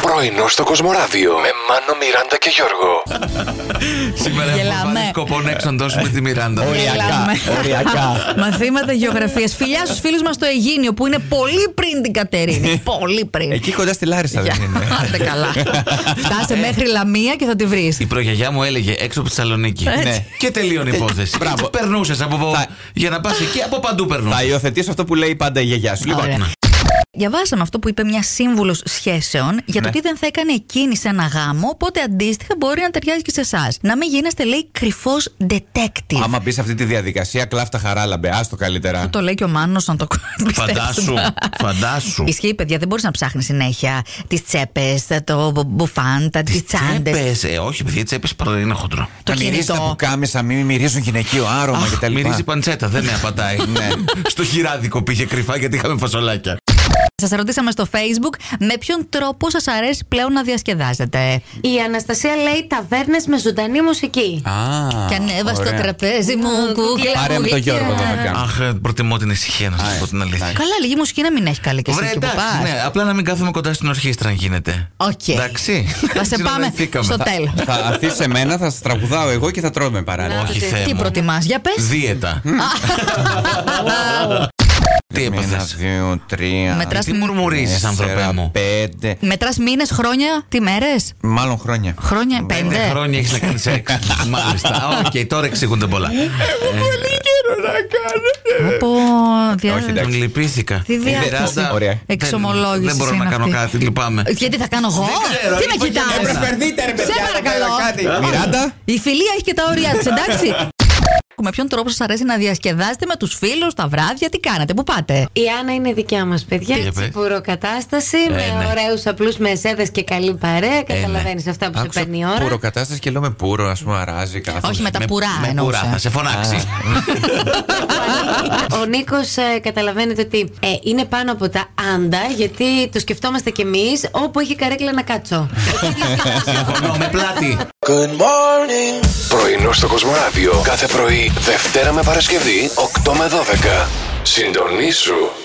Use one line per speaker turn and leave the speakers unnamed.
Πρωινό στο Κοσμοράδιο με Μάνο, Μιράντα και Γιώργο.
Σήμερα έχουμε
Γελάμε.
βάλει σκοπό να εξοντώσουμε τη Μιράντα.
Οριακά.
Γελάμε.
Οριακά.
Μαθήματα γεωγραφία. Φιλιά στους φίλους μας στο Αιγίνιο που είναι πολύ πριν την Κατερίνη. πολύ πριν.
Εκεί κοντά στη Λάρισα δεν είναι.
Άντε καλά. Φτάσε μέχρι Λαμία και θα τη βρεις.
Η προγιαγιά μου έλεγε έξω από τη Θεσσαλονίκη.
Ναι.
Και τελείωνε
Ε,
η υπόθεση.
Μπράβο.
Περνούσες από
Θα-
Για να πας εκεί, από παντού περνούσες.
Θα υιοθετήσω αυτό που λέει πάντα η γιαγιά σου. Λοιπόν,
Ωραία. Διαβάσαμε αυτό που είπε μια σύμβουλος σχέσεων για το
Ναι.
τι δεν θα έκανε εκείνη σε ένα γάμο, οπότε αντίστοιχα μπορεί να ταιριάζει και σε εσάς. Να μην γίνεστε, λέει, κρυφός detective.
άμα μπει σε αυτή τη διαδικασία, κλάφτα χαράλαμπε. Άστο καλύτερα.
Το λέει και ο Μάνος να το
Φαντάσου.
πιστέψουμε.
Φαντάσου.
Ισχύει, παιδιά, δεν μπορείς να ψάχνεις συνέχεια τις τσέπες, το μπου- μπουφάντα, τι τσάντες.
Τσέπες. Ε, όχι, παιδιά, τσέπε είναι χοντρό.
Το
να μυρίζεις τα
κινητό.
πουκάμισα, μην μυρίζουν γυναικείο άρωμα κτλ.
Μυρίζει παντσέτα, δεν με απατάει.
Ναι.
Στο χειράδικο πήγε κρυφά γιατί είχαμε φασολάκια.
Σας ρωτήσαμε στο Facebook με ποιον τρόπο σας αρέσει πλέον να διασκεδάζετε.
Η Αναστασία λέει ταβέρνες με ζωντανή μουσική.
Α,
Και ανέβα στο
ωραία.
τραπέζι μου, κούκλα.
Πάρε
μου,
με τον
γλυκιά.
Γιώργο βέβαια.
Αχ, ε, προτιμώ την ησυχία να σας πω την αλήθεια.
Καλά, λίγη μουσική να μην έχει καλή και εσύ
Βρε,
εκεί που
εντάξει,
πα.
ναι, απλά να μην κάθομαι κοντά στην ορχήστρα αν γίνεται.
Οκ.
Εντάξει.
Θα σε πάμε
Συνεννοηθήκαμε.
στο
Θα-
τέλος.
Θα αφήσει εμένα, θα σε τραγουδάω εγώ και θα τρώμε παράλληλα.
Όχι, Θεέ
Τι
μου.
προτιμάς, για πες.
Δίαιτα. Τι
Ένα,
έπαθες.
δύο, τρία.
Μετράς
Τι μουρμουρίζεις, άνθρωπέ μου.
Πέντε.
Μετράς μήνες, χρόνια, τι μέρες.
Μάλλον χρόνια.
Χρόνια,
Πέντε
πέντε.
χρόνια έχεις να κάνεις σεξ. Μάλιστα. Α, Οκ, τώρα εξηγούνται πολλά.
Από δια-
Όχι, εντάξει.
Τον λυπήθηκα. Ε,
Τι διάθεση.
Μιράντα,
Ωραία.
δεν-
Εξομολόγησης
Δεν μπορώ να
είναι
κάνω
αυτή.
κάτι, λυπάμαι.
Γιατί θα κάνω εγώ.
ξέρω,
Τι με
είπα και
κοιτάς.
εμένα.
Προσπερδείτε, ρε
Σε
εδώ
παρακαλώ.
πέρα κάτι. Μιράντα.
Η φιλία έχει και τα όρια της, εντάξει. Με ποιον τρόπο σας αρέσει να διασκεδάζετε με τους φίλους τα βράδια, τι κάνετε, πού πάτε.
Η Άννα είναι δικιά μας, παιδιά.
Τι είπε?
Τσιπουροκατάσταση με
ναι. Ε,
ωραίους απλούς μεσέδε και καλή παρέα. Καταλαβαίνεις αυτά που σε
Άκουσα
παίρνει η ώρα.
Πουροκατάσταση και λέω με πουρο, ας πούμε, αράζει κάθε.
Όχι με τα Ε, πουρά
Με
εννοούσα.
πουρά, θα σε φωνάξει.
Ο Νίκος καταλαβαίνετε ότι ε, είναι πάνω από τα άντα, γιατί το σκεφτόμαστε κι εμείς όπου έχει καρέκλα να κάτσω.
Συμφωνώ με πλάτη.
Πρωινό στο Κοσμοράδιο κάθε πρωί, Δευτέρα με Παρασκευή, 8 με 12. Συντονίσου.